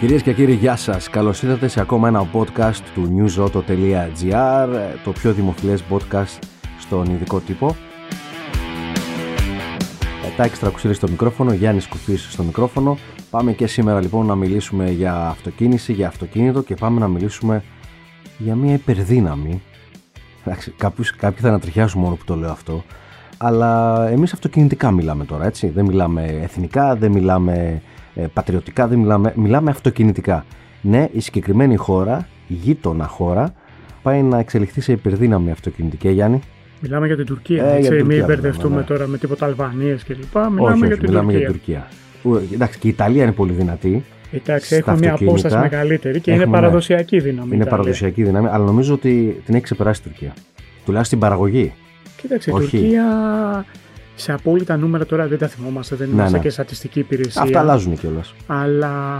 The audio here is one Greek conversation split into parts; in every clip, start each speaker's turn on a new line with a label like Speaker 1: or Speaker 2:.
Speaker 1: Κυρίες και κύριοι, γεια σας. Καλώς ήρθατε σε ακόμα ένα podcast του newsauto.gr, το πιο δημοφιλές podcast στον ειδικό τύπο. Τάκη Τρακουσίδη στο μικρόφωνο, Γιάννης Κουφής στο μικρόφωνο. Πάμε και σήμερα λοιπόν να μιλήσουμε για αυτοκίνηση, για αυτοκίνητο και πάμε να μιλήσουμε για μια υπερδύναμη. Εντάξει, κάποιους- κάποιοι θα ανατριχιάσουν μόνο που το λέω αυτό. Αλλά εμείς αυτοκινητικά μιλάμε τώρα, έτσι. Δεν μιλάμε εθνικά, δεν μιλάμε ε, πατριωτικά, δεν μιλάμε, μιλάμε αυτοκινητικά. Ναι, η συγκεκριμένη χώρα, η γείτονα χώρα, πάει να εξελιχθεί σε υπερδύναμη αυτοκινητική, ε, Γιάννη.
Speaker 2: Μιλάμε για την Τουρκία.
Speaker 1: Ε, για
Speaker 2: έτσι,
Speaker 1: την
Speaker 2: μην
Speaker 1: Τουρκία
Speaker 2: μπερδευτούμε
Speaker 1: μιλάμε, ναι.
Speaker 2: τώρα με τίποτα Αλβανίες κλπ. Μιλάμε
Speaker 1: όχι,
Speaker 2: για
Speaker 1: όχι,
Speaker 2: την
Speaker 1: μιλάμε
Speaker 2: Τουρκία.
Speaker 1: για την Τουρκία. Ε, Εντάξει, και η Ιταλία είναι πολύ δυνατή.
Speaker 2: Εντάξει,
Speaker 1: Στα
Speaker 2: έχουμε μια
Speaker 1: αυτοκίνητα.
Speaker 2: απόσταση μεγαλύτερη και
Speaker 1: Έχουμε,
Speaker 2: είναι
Speaker 1: ναι.
Speaker 2: παραδοσιακή δύναμη.
Speaker 1: Είναι
Speaker 2: τα λέει.
Speaker 1: παραδοσιακή δύναμη, αλλά νομίζω ότι την έχει ξεπεράσει η Τουρκία. Τουλάχιστον την παραγωγή.
Speaker 2: Κοίταξε, η
Speaker 1: Όχι.
Speaker 2: Τουρκία σε απόλυτα νούμερα τώρα δεν τα θυμόμαστε, δεν
Speaker 1: Ναι,
Speaker 2: είμαστε
Speaker 1: ναι.
Speaker 2: και στατιστική υπηρεσία.
Speaker 1: Αυτά αλλάζουν κιόλας.
Speaker 2: Αλλά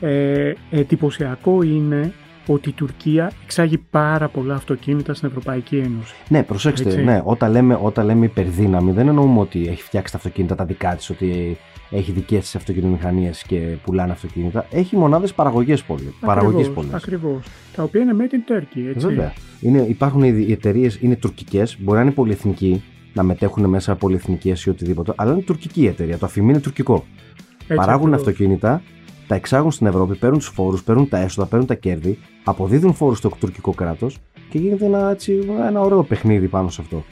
Speaker 2: ε, εντυπωσιακό είναι ότι η Τουρκία εξάγει πάρα πολλά αυτοκίνητα στην Ευρωπαϊκή Ένωση.
Speaker 1: Ναι, προσέξτε,
Speaker 2: Έτσι.
Speaker 1: ναι, όταν, λέμε, όταν λέμε υπερδύναμη, δεν εννοούμε ότι έχει φτιάξει τα αυτοκίνητα τα δικά της, ότι έχει δικές της αυτοκινητομηχανίες και πουλάνε αυτοκίνητα. Έχει μονάδες παραγωγής πολύ. Παραγωγής πολλές.
Speaker 2: Ακριβώς. Τα οποία είναι made in Turkey. Έτσι.
Speaker 1: Βέβαια. Είναι, υπάρχουν οι- οι εταιρείες, είναι τουρκικές, μπορεί να είναι πολυεθνική, να μετέχουν μέσα πολυεθνικές ή οτιδήποτε, αλλά είναι τουρκική η εταιρεία. Το αφημί είναι τουρκικό.
Speaker 2: Έτσι
Speaker 1: Παράγουν
Speaker 2: ακριβώς.
Speaker 1: αυτοκίνητα, τα εξάγουν στην Ευρώπη, παίρνουν τους φόρους, παίρνουν τα έσοδα, παίρνουν τα κέρδη, αποδίδουν φόρους στο τουρκικό κράτος και γίνεται ένα, έτσι, ένα ωραίο παιχνίδι πάνω σε αυτό.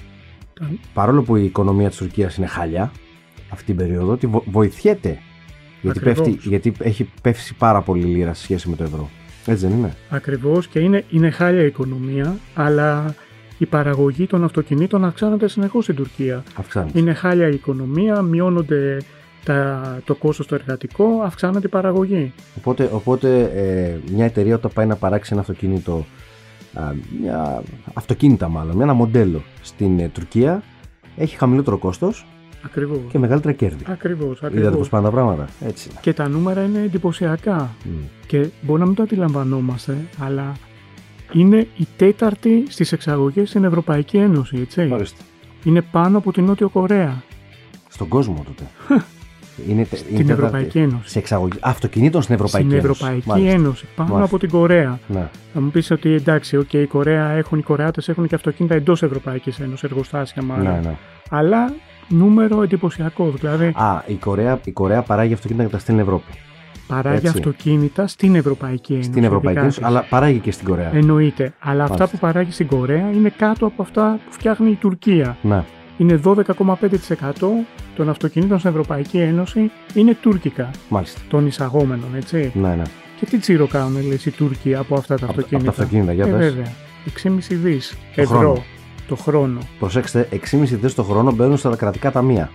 Speaker 2: Τα-
Speaker 1: Παρόλο που η οικονομία της Τουρκίας είναι χάλια αυτή την περίοδο, τη βο- βοηθιέται. Γιατί,
Speaker 2: Ακριβώς.
Speaker 1: πέφτει, γιατί έχει πέφτει πάρα πολύ λίρα σε σχέση με το ευρώ. Έτσι δεν είναι.
Speaker 2: Ακριβώς και είναι, είναι χάλια η οικονομία, αλλά η παραγωγή των αυτοκινήτων αυξάνεται συνεχώς στην Τουρκία.
Speaker 1: Αυξάνεται.
Speaker 2: Είναι χάλια η οικονομία, μειώνονται τα, το κόστος το εργατικό, αυξάνεται η παραγωγή.
Speaker 1: Οπότε, οπότε ε, μια εταιρεία όταν πάει να παράξει ένα αυτοκίνητο, α, μια, αυτοκίνητα μάλλον, ένα μοντέλο στην ε, Τουρκία, έχει χαμηλότερο κόστος
Speaker 2: Ακριβώς.
Speaker 1: και μεγαλύτερα κέρδη.
Speaker 2: Ακριβώς,
Speaker 1: Είδατε πώ
Speaker 2: ακριβώς.
Speaker 1: πάνε τα πράγματα. Έτσι είναι.
Speaker 2: Και τα νούμερα είναι εντυπωσιακά
Speaker 1: Μμ.
Speaker 2: και μπορεί να μην το αντιλαμβανόμαστε, αλλά είναι η τέταρτη στις εξαγωγές στην Ευρωπαϊκή Ένωση, έτσι.
Speaker 1: Ορίστε.
Speaker 2: Είναι πάνω από την Νότιο Κορέα,
Speaker 1: Mm. Στον κόσμο τότε. είναι, τε- είναι
Speaker 2: την
Speaker 1: τέταρτη-
Speaker 2: Ευρωπαϊκή Ένωση.
Speaker 1: Σε εξαγωγή αυτοκινήτων στην Ευρωπαϊκή
Speaker 2: Στην
Speaker 1: Ένωση.
Speaker 2: Ευρωπαϊκή Ένωση,
Speaker 1: Μάλιστα.
Speaker 2: πάνω
Speaker 1: Μάλιστα.
Speaker 2: από την Κορέα.
Speaker 1: Ναι.
Speaker 2: Θα μου πεις ότι εντάξει, okay, η Κορέα έχουν, οι Κορεάτες έχουν και αυτοκίνητα εντός Ευρωπαϊκής Ένωσης, εργοστάσια μάλλον.
Speaker 1: Ναι, ναι.
Speaker 2: Αλλά νούμερο εντυπωσιακό. Δηλαδή,
Speaker 1: Α, η Κορέα, η Κορέα παράγει αυτοκίνητα και τα στέλνει Ευρώπη.
Speaker 2: παράγει
Speaker 1: έτσι.
Speaker 2: αυτοκίνητα στην Ευρωπαϊκή Ένωση.
Speaker 1: Στην Ευρωπαϊκή
Speaker 2: δικά
Speaker 1: Ένωση,
Speaker 2: της.
Speaker 1: αλλά παράγει και στην Κορέα.
Speaker 2: Εννοείται. Αλλά αυτά
Speaker 1: Μάλιστα.
Speaker 2: που παράγει στην Κορέα είναι κάτω από αυτά που φτιάχνει η Τουρκία.
Speaker 1: Ναι.
Speaker 2: Είναι 12,5% των αυτοκινήτων στην Ευρωπαϊκή Ένωση είναι τουρκικά
Speaker 1: Μάλιστα.
Speaker 2: των εισαγόμενων, έτσι.
Speaker 1: Ναι, ναι.
Speaker 2: Και τι τσίρο κάνουν λες, οι Τούρκοι από αυτά τα
Speaker 1: Από τα-
Speaker 2: αυτοκίνητα.
Speaker 1: από τα αυτοκίνητα, για
Speaker 2: ε,
Speaker 1: πες.
Speaker 2: βέβαια. 6,5 δι ευρώ
Speaker 1: χρόνο.
Speaker 2: το χρόνο.
Speaker 1: Προσέξτε, 6,5 δις το χρόνο μπαίνουν στα κρατικά ταμεία.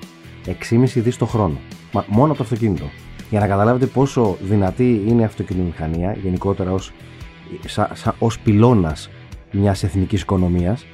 Speaker 1: 6,5 δις το χρόνο. Μα, μόνο από το αυτοκίνητο. Για να καταλάβετε πόσο δυνατή είναι η αυτοκινητομηχανία γενικότερα ως, σα, σα, ως πυλώνας μιας εθνικής οικονομίας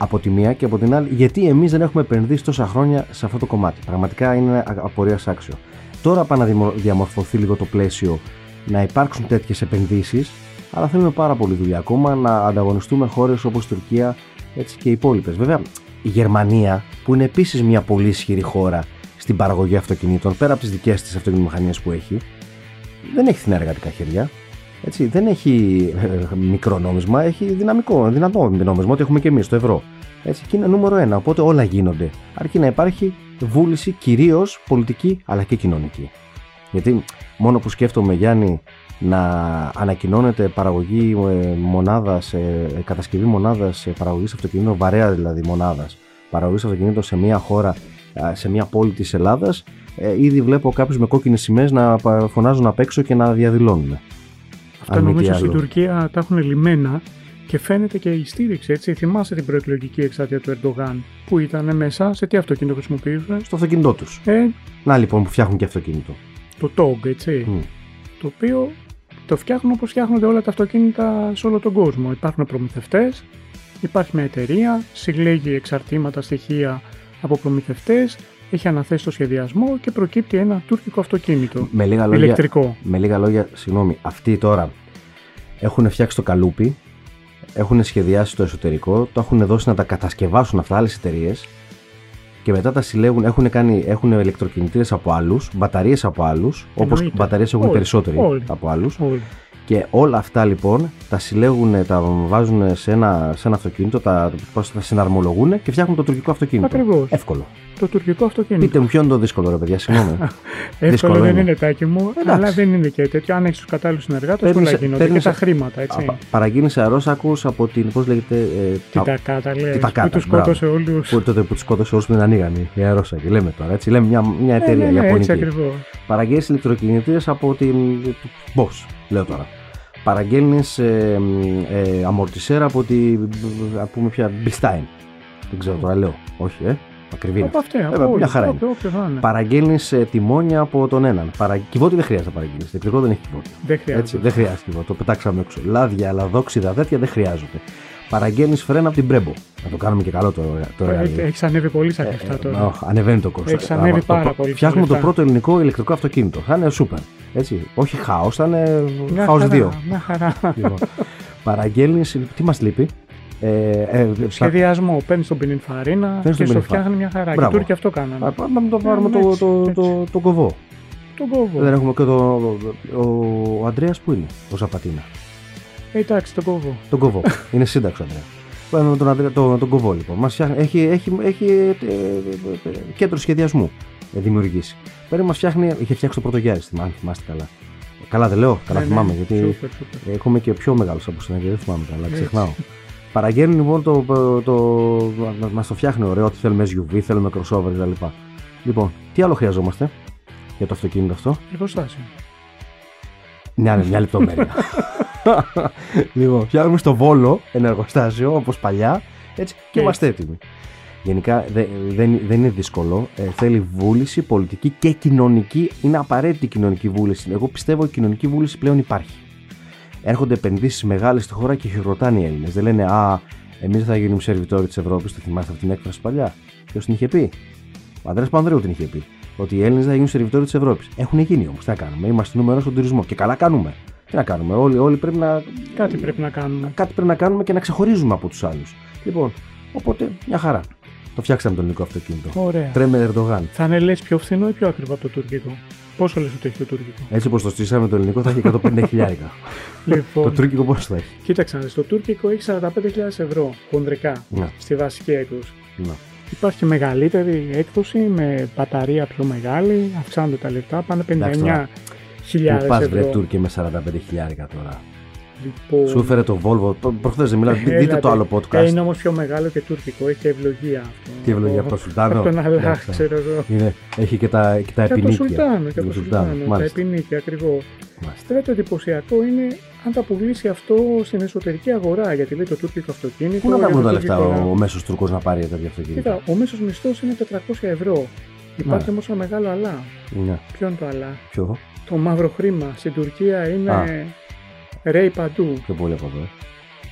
Speaker 1: από τη μία και από την άλλη γιατί εμείς δεν έχουμε επενδύσει τόσα χρόνια σε αυτό το κομμάτι. Πραγματικά είναι απορίας άξιο. Τώρα πάει να δημο- διαμορφωθεί λίγο το πλαίσιο να υπάρξουν τέτοιες επενδύσεις, αλλά θέλουμε πάρα πολύ δουλειά ακόμα να ανταγωνιστούμε χώρες όπως Τουρκία έτσι και οι υπόλοιπες. Βέβαια, η Γερμανία, που είναι επίσης μια πολύ ισχυρή χώρα στην παραγωγή αυτοκινήτων, πέρα από τις δικές της αυτοκινητομηχανίε που έχει, δεν έχει φθηνά εργατικά χέρια. Έτσι, δεν έχει ε, μικρό νόμισμα, έχει δυναμικό, δυνατό νόμισμα, ό,τι έχουμε και εμείς, το ευρώ. Έτσι, και είναι νούμερο ένα. Οπότε όλα γίνονται. Αρκεί να υπάρχει βούληση κυρίως πολιτική αλλά και κοινωνική. Γιατί μόνο που σκέφτομαι, Γιάννη, να ανακοινώνεται παραγωγή ε, μονάδας, ε, ε, κατασκευή μονάδας ε, παραγωγής αυτοκινήτων, βαρέα δηλαδή μονάδας, παραγωγής αυτοκινήτων σε μια χώρα, ε, σε μια πόλη της Ελλάδας, ε, ήδη βλέπω κάποιους με κόκκινες σημαίες να πα- φωνάζουν απ' έξω και να διαδηλώνουν.
Speaker 2: Αυτά
Speaker 1: Αν μη τι
Speaker 2: νομίζω στην
Speaker 1: άλλο.
Speaker 2: Τουρκία τα έχουν λιμένα και φαίνεται και η στήριξη. Έτσι. Θυμάσαι την προεκλογική εξάρτεια του Ερντογάν που ήταν μέσα σε τι αυτοκίνητο χρησιμοποιούσαν.
Speaker 1: Στο αυτοκίνητό τους.
Speaker 2: Ε,
Speaker 1: Να λοιπόν που φτιάχνουν και αυτοκίνητο.
Speaker 2: το TOG, έτσι.
Speaker 1: Μμ.
Speaker 2: Το οποίο το φτιάχνουν όπως φτιάχνονται όλα τα αυτοκίνητα σε όλο τον κόσμο. Υπάρχουν προμηθευτές, υπάρχει μια εταιρεία, συλλέγει εξαρτήματα, στοιχεία από προμηθευτές, έχει αναθέσει το σχεδιασμό και προκύπτει ένα τουρκικό αυτοκίνητο.
Speaker 1: Με λίγα λόγια,
Speaker 2: Ηλεκτρικό.
Speaker 1: με λίγα λόγια, συγγνώμη, αυτοί τώρα έχουν φτιάξει το καλούπι, έχουν σχεδιάσει το εσωτερικό, το έχουν δώσει να τα κατασκευάσουν αυτά άλλες εταιρείες και μετά τα συλλέγουν, έχουν, κάνει, έχουν ηλεκτροκινητήρες από άλλους, μπαταρίες από άλλους, όπως
Speaker 2: Εννοείται.
Speaker 1: μπαταρίες έχουν
Speaker 2: Όλοι,
Speaker 1: περισσότεροι
Speaker 2: όλοι.
Speaker 1: από άλλους.
Speaker 2: Όλοι.
Speaker 1: Και όλα αυτά λοιπόν τα συλλέγουν, τα βάζουν σε ένα, σε ένα αυτοκίνητο, τα, τα συναρμολογούν και φτιάχνουν το τουρκικό αυτοκίνητο.
Speaker 2: Ακριβώς.
Speaker 1: Εύκολο.
Speaker 2: Το τουρκικό αυτοκίνητο.
Speaker 1: Πείτε μου, ποιο είναι το δύσκολο, ρε παιδιά, συγγνώμη.
Speaker 2: Εύκολο
Speaker 1: δύσκολο
Speaker 2: δεν
Speaker 1: είναι.
Speaker 2: είναι τάκι μου,
Speaker 1: Εντάξει.
Speaker 2: αλλά δεν είναι και τέτοιο. Αν έχεις τους κατάλληλους συνεργάτες,
Speaker 1: Παίρνεις-
Speaker 2: όλα γίνονται.
Speaker 1: παίρνεις-
Speaker 2: Και τα χρήματα, έτσι.
Speaker 1: Α, Παραγίνησε αερόσακου από την. Πώς λέγεται. Ε,
Speaker 2: Τι
Speaker 1: α,
Speaker 2: τα κάτα, λέει.
Speaker 1: τα κάτα,
Speaker 2: Που τους
Speaker 1: μπράβο.
Speaker 2: σκότωσε όλους.
Speaker 1: που, τότε που τους σκότωσε όλους που δεν ανοίγανε οι αερόσακοι. Λέμε τώρα έτσι. Λέμε μια, μια
Speaker 2: Ναι,
Speaker 1: εταιρεία
Speaker 2: ναι, ναι, έτσι
Speaker 1: Ιαπωνική.
Speaker 2: ακριβώς.
Speaker 1: Παραγγέλνεις ηλεκτροκινητήρες από την. του Bosch, λέω τώρα. Παραγγέλνεις ε, ε, αμορτισέρα από την. α πούμε πια. Bilstein. Δεν ξέρω τώρα, λέω. Όχι, ε. Ακριβή είναι.
Speaker 2: Από αυτά,
Speaker 1: Ε, μια
Speaker 2: από ναι. όλους,
Speaker 1: χαρά είναι.
Speaker 2: όποιο- όποιο θα είναι.
Speaker 1: Παραγγέλνει τιμόνια από τον έναν. Παρα... Κυβότη δεν χρειάζεται να παραγγείλεις. Ηλεκτρικό δεν έχει κυβότη.
Speaker 2: Δεν
Speaker 1: Έτσι,
Speaker 2: χρειάζεται.
Speaker 1: δεν χρειάζεται κυβότη. Το πετάξαμε έξω. Λάδια, λαδόξιδα, τέτοια δεν χρειάζονται. Παραγγέλνεις φρένα από την Μπρέμπο. Να το κάνουμε και καλό το, το εργαλείο.
Speaker 2: Έχει Ε, ανέβει πολύ στα κλεφτά
Speaker 1: Ε,
Speaker 2: τώρα.
Speaker 1: οχ, ανεβαίνει το κόστος.
Speaker 2: Έχεις ανέβει πάρα πολύ
Speaker 1: Φτιάχνουμε το
Speaker 2: στα λεφτά.
Speaker 1: πρώτο ελληνικό ηλεκτρικό αυτοκίνητο. Θα είναι σούπερ. Έτσι. Όχι χάος, θα είναι
Speaker 2: Μια
Speaker 1: χάος
Speaker 2: χαρά,
Speaker 1: 2.
Speaker 2: Μια χαρά.
Speaker 1: Παραγγέλνεις. Τι μας λείπει. Ε, ε, ε, στα-
Speaker 2: Σχεδιασμό. Παίρνεις τον πινινφαρίνα
Speaker 1: τον
Speaker 2: και σου
Speaker 1: πινινφαρίνα.
Speaker 2: φτιάχνει μια χαρά. Και οι
Speaker 1: Μπράβο.
Speaker 2: Τούρκοι αυτό κάνανε.
Speaker 1: Α, Πάμε να το πάρουμε
Speaker 2: Ε,
Speaker 1: το,
Speaker 2: έτσι,
Speaker 1: το,
Speaker 2: έτσι.
Speaker 1: το, τον κοβό.
Speaker 2: Τον κόβω.
Speaker 1: Δεν έχουμε και το. Ο, ο Αντρέα που είναι, ο Ζαπατίνα.
Speaker 2: Ε, Εντάξει, τον κόβω.
Speaker 1: Τον κοβό. είναι σύνταξο Αντρέα. Πάμε με τον, Αντρέα, τον, τον κοβό λοιπόν. Μας φτιάχνει, έχει, έχει, έχει ε, ε, ε, κέντρο σχεδιασμού ε, δημιουργήσει. Πέρα μας φτιάχνει, είχε φτιάξει το πρώτο Γιάρη, θυμά- αν θυμάστε καλά. Καλά δεν λέω, καλά
Speaker 2: Ναι, ναι,
Speaker 1: θυμάμαι γιατί
Speaker 2: σούπερ, σούπερ.
Speaker 1: έχουμε και πιο μεγάλους από συνέχεια, δεν θυμάμαι καλά,
Speaker 2: Έτσι.
Speaker 1: ξεχνάω. Παραγγέλνουν λοιπόν το. το μα το φτιάχνει ωραίο ότι θέλουμε SUV, θέλουμε crossover κτλ. Λοιπόν, τι άλλο χρειαζόμαστε για το αυτοκίνητο αυτό.
Speaker 2: Εργοστάσιο.
Speaker 1: Ναι, ναι, μια λεπτομέρεια. λοιπόν, φτιάχνουμε στο βόλο ένα εργοστάσιο όπως παλιά έτσι, και
Speaker 2: Ναι.
Speaker 1: είμαστε έτοιμοι. Γενικά δε- δεν, δεν είναι δύσκολο. Ε, θέλει βούληση πολιτική και κοινωνική. Είναι απαραίτητη η κοινωνική βούληση. Εγώ πιστεύω η κοινωνική βούληση πλέον υπάρχει. Έρχονται επενδύσεις μεγάλες στη χώρα και χειροκροτάνε οι Έλληνες. Δεν λένε Α, εμείς δεν θα γίνουμε σερβιτόροι της Ευρώπης. Το θυμάστε αυτή την έκφραση παλιά. Ποιος την είχε πει. Ο Ανδρέας Πανδρέου την είχε πει. Ότι οι Έλληνες θα γίνουν σερβιτόροι της Ευρώπης. Έχουν γίνει όμως. Τι να κάνουμε. Είμαστε νούμερο ένα στον τουρισμό. Και καλά κάνουμε. Τι να κάνουμε. Όλοι, όλοι πρέπει να.
Speaker 2: Κάτι πρέπει να κάνουμε.
Speaker 1: Κάτι πρέπει να κάνουμε και να ξεχωρίζουμε από τους άλλους. Λοιπόν, οπότε μια χαρά. Το φτιάξαμε το ελληνικό αυτοκίνητο.
Speaker 2: Ωραία.
Speaker 1: Τρέμε Ερντογάν.
Speaker 2: Θα είναι λες πιο φθηνό ή πιο ακριβό από το τουρκικό. Πόσο λες ότι έχει το τουρκικό.
Speaker 1: Έτσι όπως το στήσαμε το ελληνικό θα έχει 150 χιλιάρικα. Ε, το
Speaker 2: λοιπόν,
Speaker 1: τουρκικό πώς θα έχει.
Speaker 2: κοίταξα να δεις, Το τουρκικό έχει 45.000 ευρώ χονδρικά
Speaker 1: Να,
Speaker 2: στη βασική έκδοση.
Speaker 1: να.
Speaker 2: Υπάρχει και μεγαλύτερη έκδοση με μπαταρία πιο μεγάλη. Αυξάνονται τα λεφτά. Πάνε 59.000
Speaker 1: τώρα. Πού πας βρε
Speaker 2: ευρώ.
Speaker 1: Τούρκη με 45 χιλιάρικα τώρα.
Speaker 2: Λοιπόν,
Speaker 1: Σου έφερε το Volvo. Προχθές δεν μιλάω.
Speaker 2: έλατε.
Speaker 1: Δείτε το άλλο
Speaker 2: Ε,
Speaker 1: podcast.
Speaker 2: Είναι όμως πιο μεγάλο και τουρκικό. Έχει και ευλογία αυτό.
Speaker 1: Τι ευλογία από
Speaker 2: από
Speaker 1: τον Σουλτάνο.
Speaker 2: από τον Αλλάχ,
Speaker 1: Εντάξει.
Speaker 2: ξέρω εγώ.
Speaker 1: Είναι, έχει και τα, και τα
Speaker 2: Και από τον
Speaker 1: επινίκια.
Speaker 2: Σουλτάνο. Και από
Speaker 1: Του
Speaker 2: τον Σουλτάνο. Τα
Speaker 1: μάλιστα.
Speaker 2: επινίκια ακριβώς.
Speaker 1: μάλιστα.
Speaker 2: Τώρα το εντυπωσιακό είναι αν τα πουλήσει αυτό στην εσωτερική αγορά. Γιατί λέει το τουρκικό αυτοκίνητο.
Speaker 1: Πού να τα
Speaker 2: για
Speaker 1: βρουν
Speaker 2: το
Speaker 1: τα λεφτά
Speaker 2: τουρκικό
Speaker 1: ο,
Speaker 2: να-
Speaker 1: ο μέσος Τουρκός να πάρει τέτοιο αυτοκίνητο.
Speaker 2: Κοίτα, ο μέσος μισθός είναι 400 ευρώ. Υπάρχει
Speaker 1: Ναι.
Speaker 2: όμως ένα μεγάλο αλλά.
Speaker 1: Ναι,
Speaker 2: Ποιο είναι το αλλά.
Speaker 1: πιο,
Speaker 2: Το μαύρο χρήμα στην Τουρκία είναι.
Speaker 1: Α.
Speaker 2: Ρέι παντού,
Speaker 1: πιο πολύ από εδώ. ε.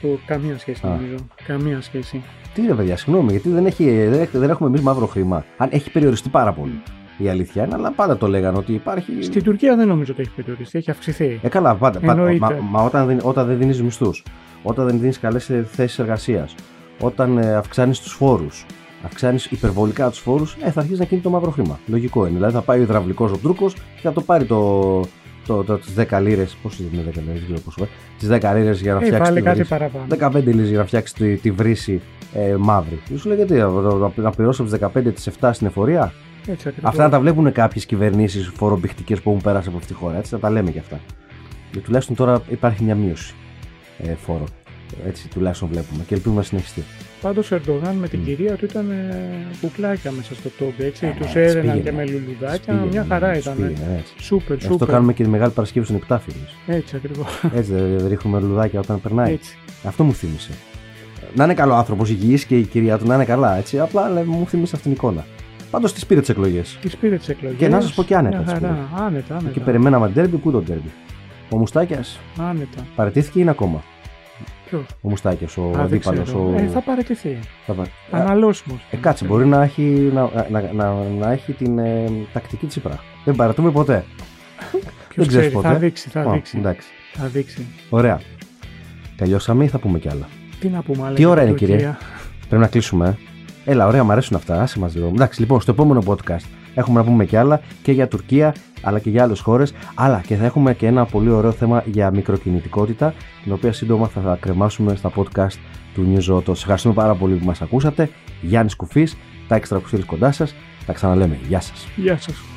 Speaker 2: που καμία σχέση
Speaker 1: Α.
Speaker 2: νομίζω. Καμία σχέση.
Speaker 1: Τι ρε παιδιά, συγγνώμη, γιατί δεν, έχει, δεν, έχ- δεν έχουμε εμείς μαύρο χρήμα. Αν έχει περιοριστεί πάρα πολύ η αλήθεια είναι, αλλά πάντα το λέγανε ότι υπάρχει.
Speaker 2: Στην Τουρκία δεν νομίζω ότι έχει περιοριστεί, έχει αυξηθεί.
Speaker 1: Ε, καλά, πάντα. πάντα
Speaker 2: Εννοείται.
Speaker 1: μα, μα όταν, δεν- όταν δεν δίνεις μισθούς, όταν δεν δίνεις καλές θέσεις εργασίας, όταν ε, αυξάνεις τους φόρους, αυξάνεις υπερβολικά τους φόρους, ε, θα αρχίσει να κινεί το μαύρο χρήμα. Λογικό είναι. Δηλαδή θα πάει ο υδραυλικός ο Τούρκος και θα το πάρει το, το, το, τις 10 λίρε. Πόσε είναι 10 λίρες, δεν ξέρω πόσο. ε, τις 10 λίρες για να
Speaker 2: Ε,
Speaker 1: φτιάξει.
Speaker 2: βάλε
Speaker 1: τη
Speaker 2: κάτι
Speaker 1: βρύση.
Speaker 2: παραπάνω.
Speaker 1: 15 λίρες για να φτιάξει τη, τη βρύση ε, μαύρη. Και Σου λέει γιατί, να, να- να πληρώσω από τι 15 τι 7 στην εφορία.
Speaker 2: Έτσι ακριβώς.
Speaker 1: Αυτά να τα βλέπουν κάποιες κυβερνήσεις φορομπηχτικέ που έχουν περάσει από αυτή τη χώρα. Έτσι, να τα λέμε και αυτά. Και τουλάχιστον τώρα υπάρχει μια μείωση ε, φόρων. Έτσι τουλάχιστον βλέπουμε και ελπίζουμε να συνεχιστεί.
Speaker 2: Πάντως ο Ερντογάν με την κυρία του ήταν ε, κουκλάκια μέσα στο τόμπι. Έτσι.
Speaker 1: Mm. Ε, ναι,
Speaker 2: τους
Speaker 1: ε,
Speaker 2: έρεναν
Speaker 1: τις
Speaker 2: και με
Speaker 1: πήγαινε.
Speaker 2: λουλουδάκια.
Speaker 1: Τις πήγαινε,
Speaker 2: μια χαρά
Speaker 1: τις
Speaker 2: ήταν.
Speaker 1: πήγαινε, έτσι.
Speaker 2: Σούπερ,
Speaker 1: Γι' Αυτό
Speaker 2: σούπερ.
Speaker 1: κάνουμε και τη μεγάλη Παρασκευή στον Επτάφυλλο.
Speaker 2: Έτσι ακριβώς.
Speaker 1: Έτσι δεν δεν ρίχνουμε λουδάκια όταν περνάει.
Speaker 2: Έτσι.
Speaker 1: Αυτό μου θύμισε. Να είναι καλό άνθρωπος, υγιής και η κυρία του να είναι καλά. Έτσι. Απλά λέει, μου θύμισε αυτήν την εικόνα. Πάντως τη πήρε τις εκλογές.
Speaker 2: Τη πήρε τις εκλογές.
Speaker 1: Και να σας πω και άνετα τις
Speaker 2: Χαρά. Άνετα,
Speaker 1: Και
Speaker 2: άνετα.
Speaker 1: περιμέναμε ντέρμπι, πού το ντέρμπι. Ο Μουστάκιας
Speaker 2: Άνετα.
Speaker 1: παραιτήθηκε ή είναι ακόμα.
Speaker 2: Ποιο.
Speaker 1: Ο Μουστάκια, ο αντίπαλο. Ο...
Speaker 2: Ε, θα παραιτηθεί.
Speaker 1: θα πα-
Speaker 2: Αναλώσιμος.
Speaker 1: Ε, κάτσε, μπορεί να έχει, να, να, να, να έχει την ε, τακτική Τσίπρα. Δεν παρατούμε ποτέ. δεν ξέρεις ποτέ.
Speaker 2: Θα δείξει, θα
Speaker 1: Α,
Speaker 2: δείξει.
Speaker 1: εντάξει.
Speaker 2: Θα δείξει.
Speaker 1: Ωραία. Τελειώσαμε ή θα πούμε κι άλλα.
Speaker 2: Τι να πούμε, άλλα
Speaker 1: Τι
Speaker 2: για
Speaker 1: ώρα
Speaker 2: την
Speaker 1: είναι, κύριε?
Speaker 2: Τουρκία.
Speaker 1: Πρέπει να κλείσουμε. ε. Έλα, ωραία, μου αρέσουν αυτά. Άσε μα λίγο. Εντάξει, λοιπόν, στο επόμενο podcast έχουμε να πούμε κι άλλα και για Τουρκία αλλά και για άλλες χώρες. Αλλά και θα έχουμε και ένα πολύ ωραίο θέμα για μικροκινητικότητα, την οποία σύντομα θα τα κρεμάσουμε στα podcast του New Zoo. Σας ευχαριστούμε πάρα πολύ που μας ακούσατε. Γιάννης Κουφής, τα έξτρα που κοντά σας. Τα ξαναλέμε. Γεια σας.
Speaker 2: Γεια σας.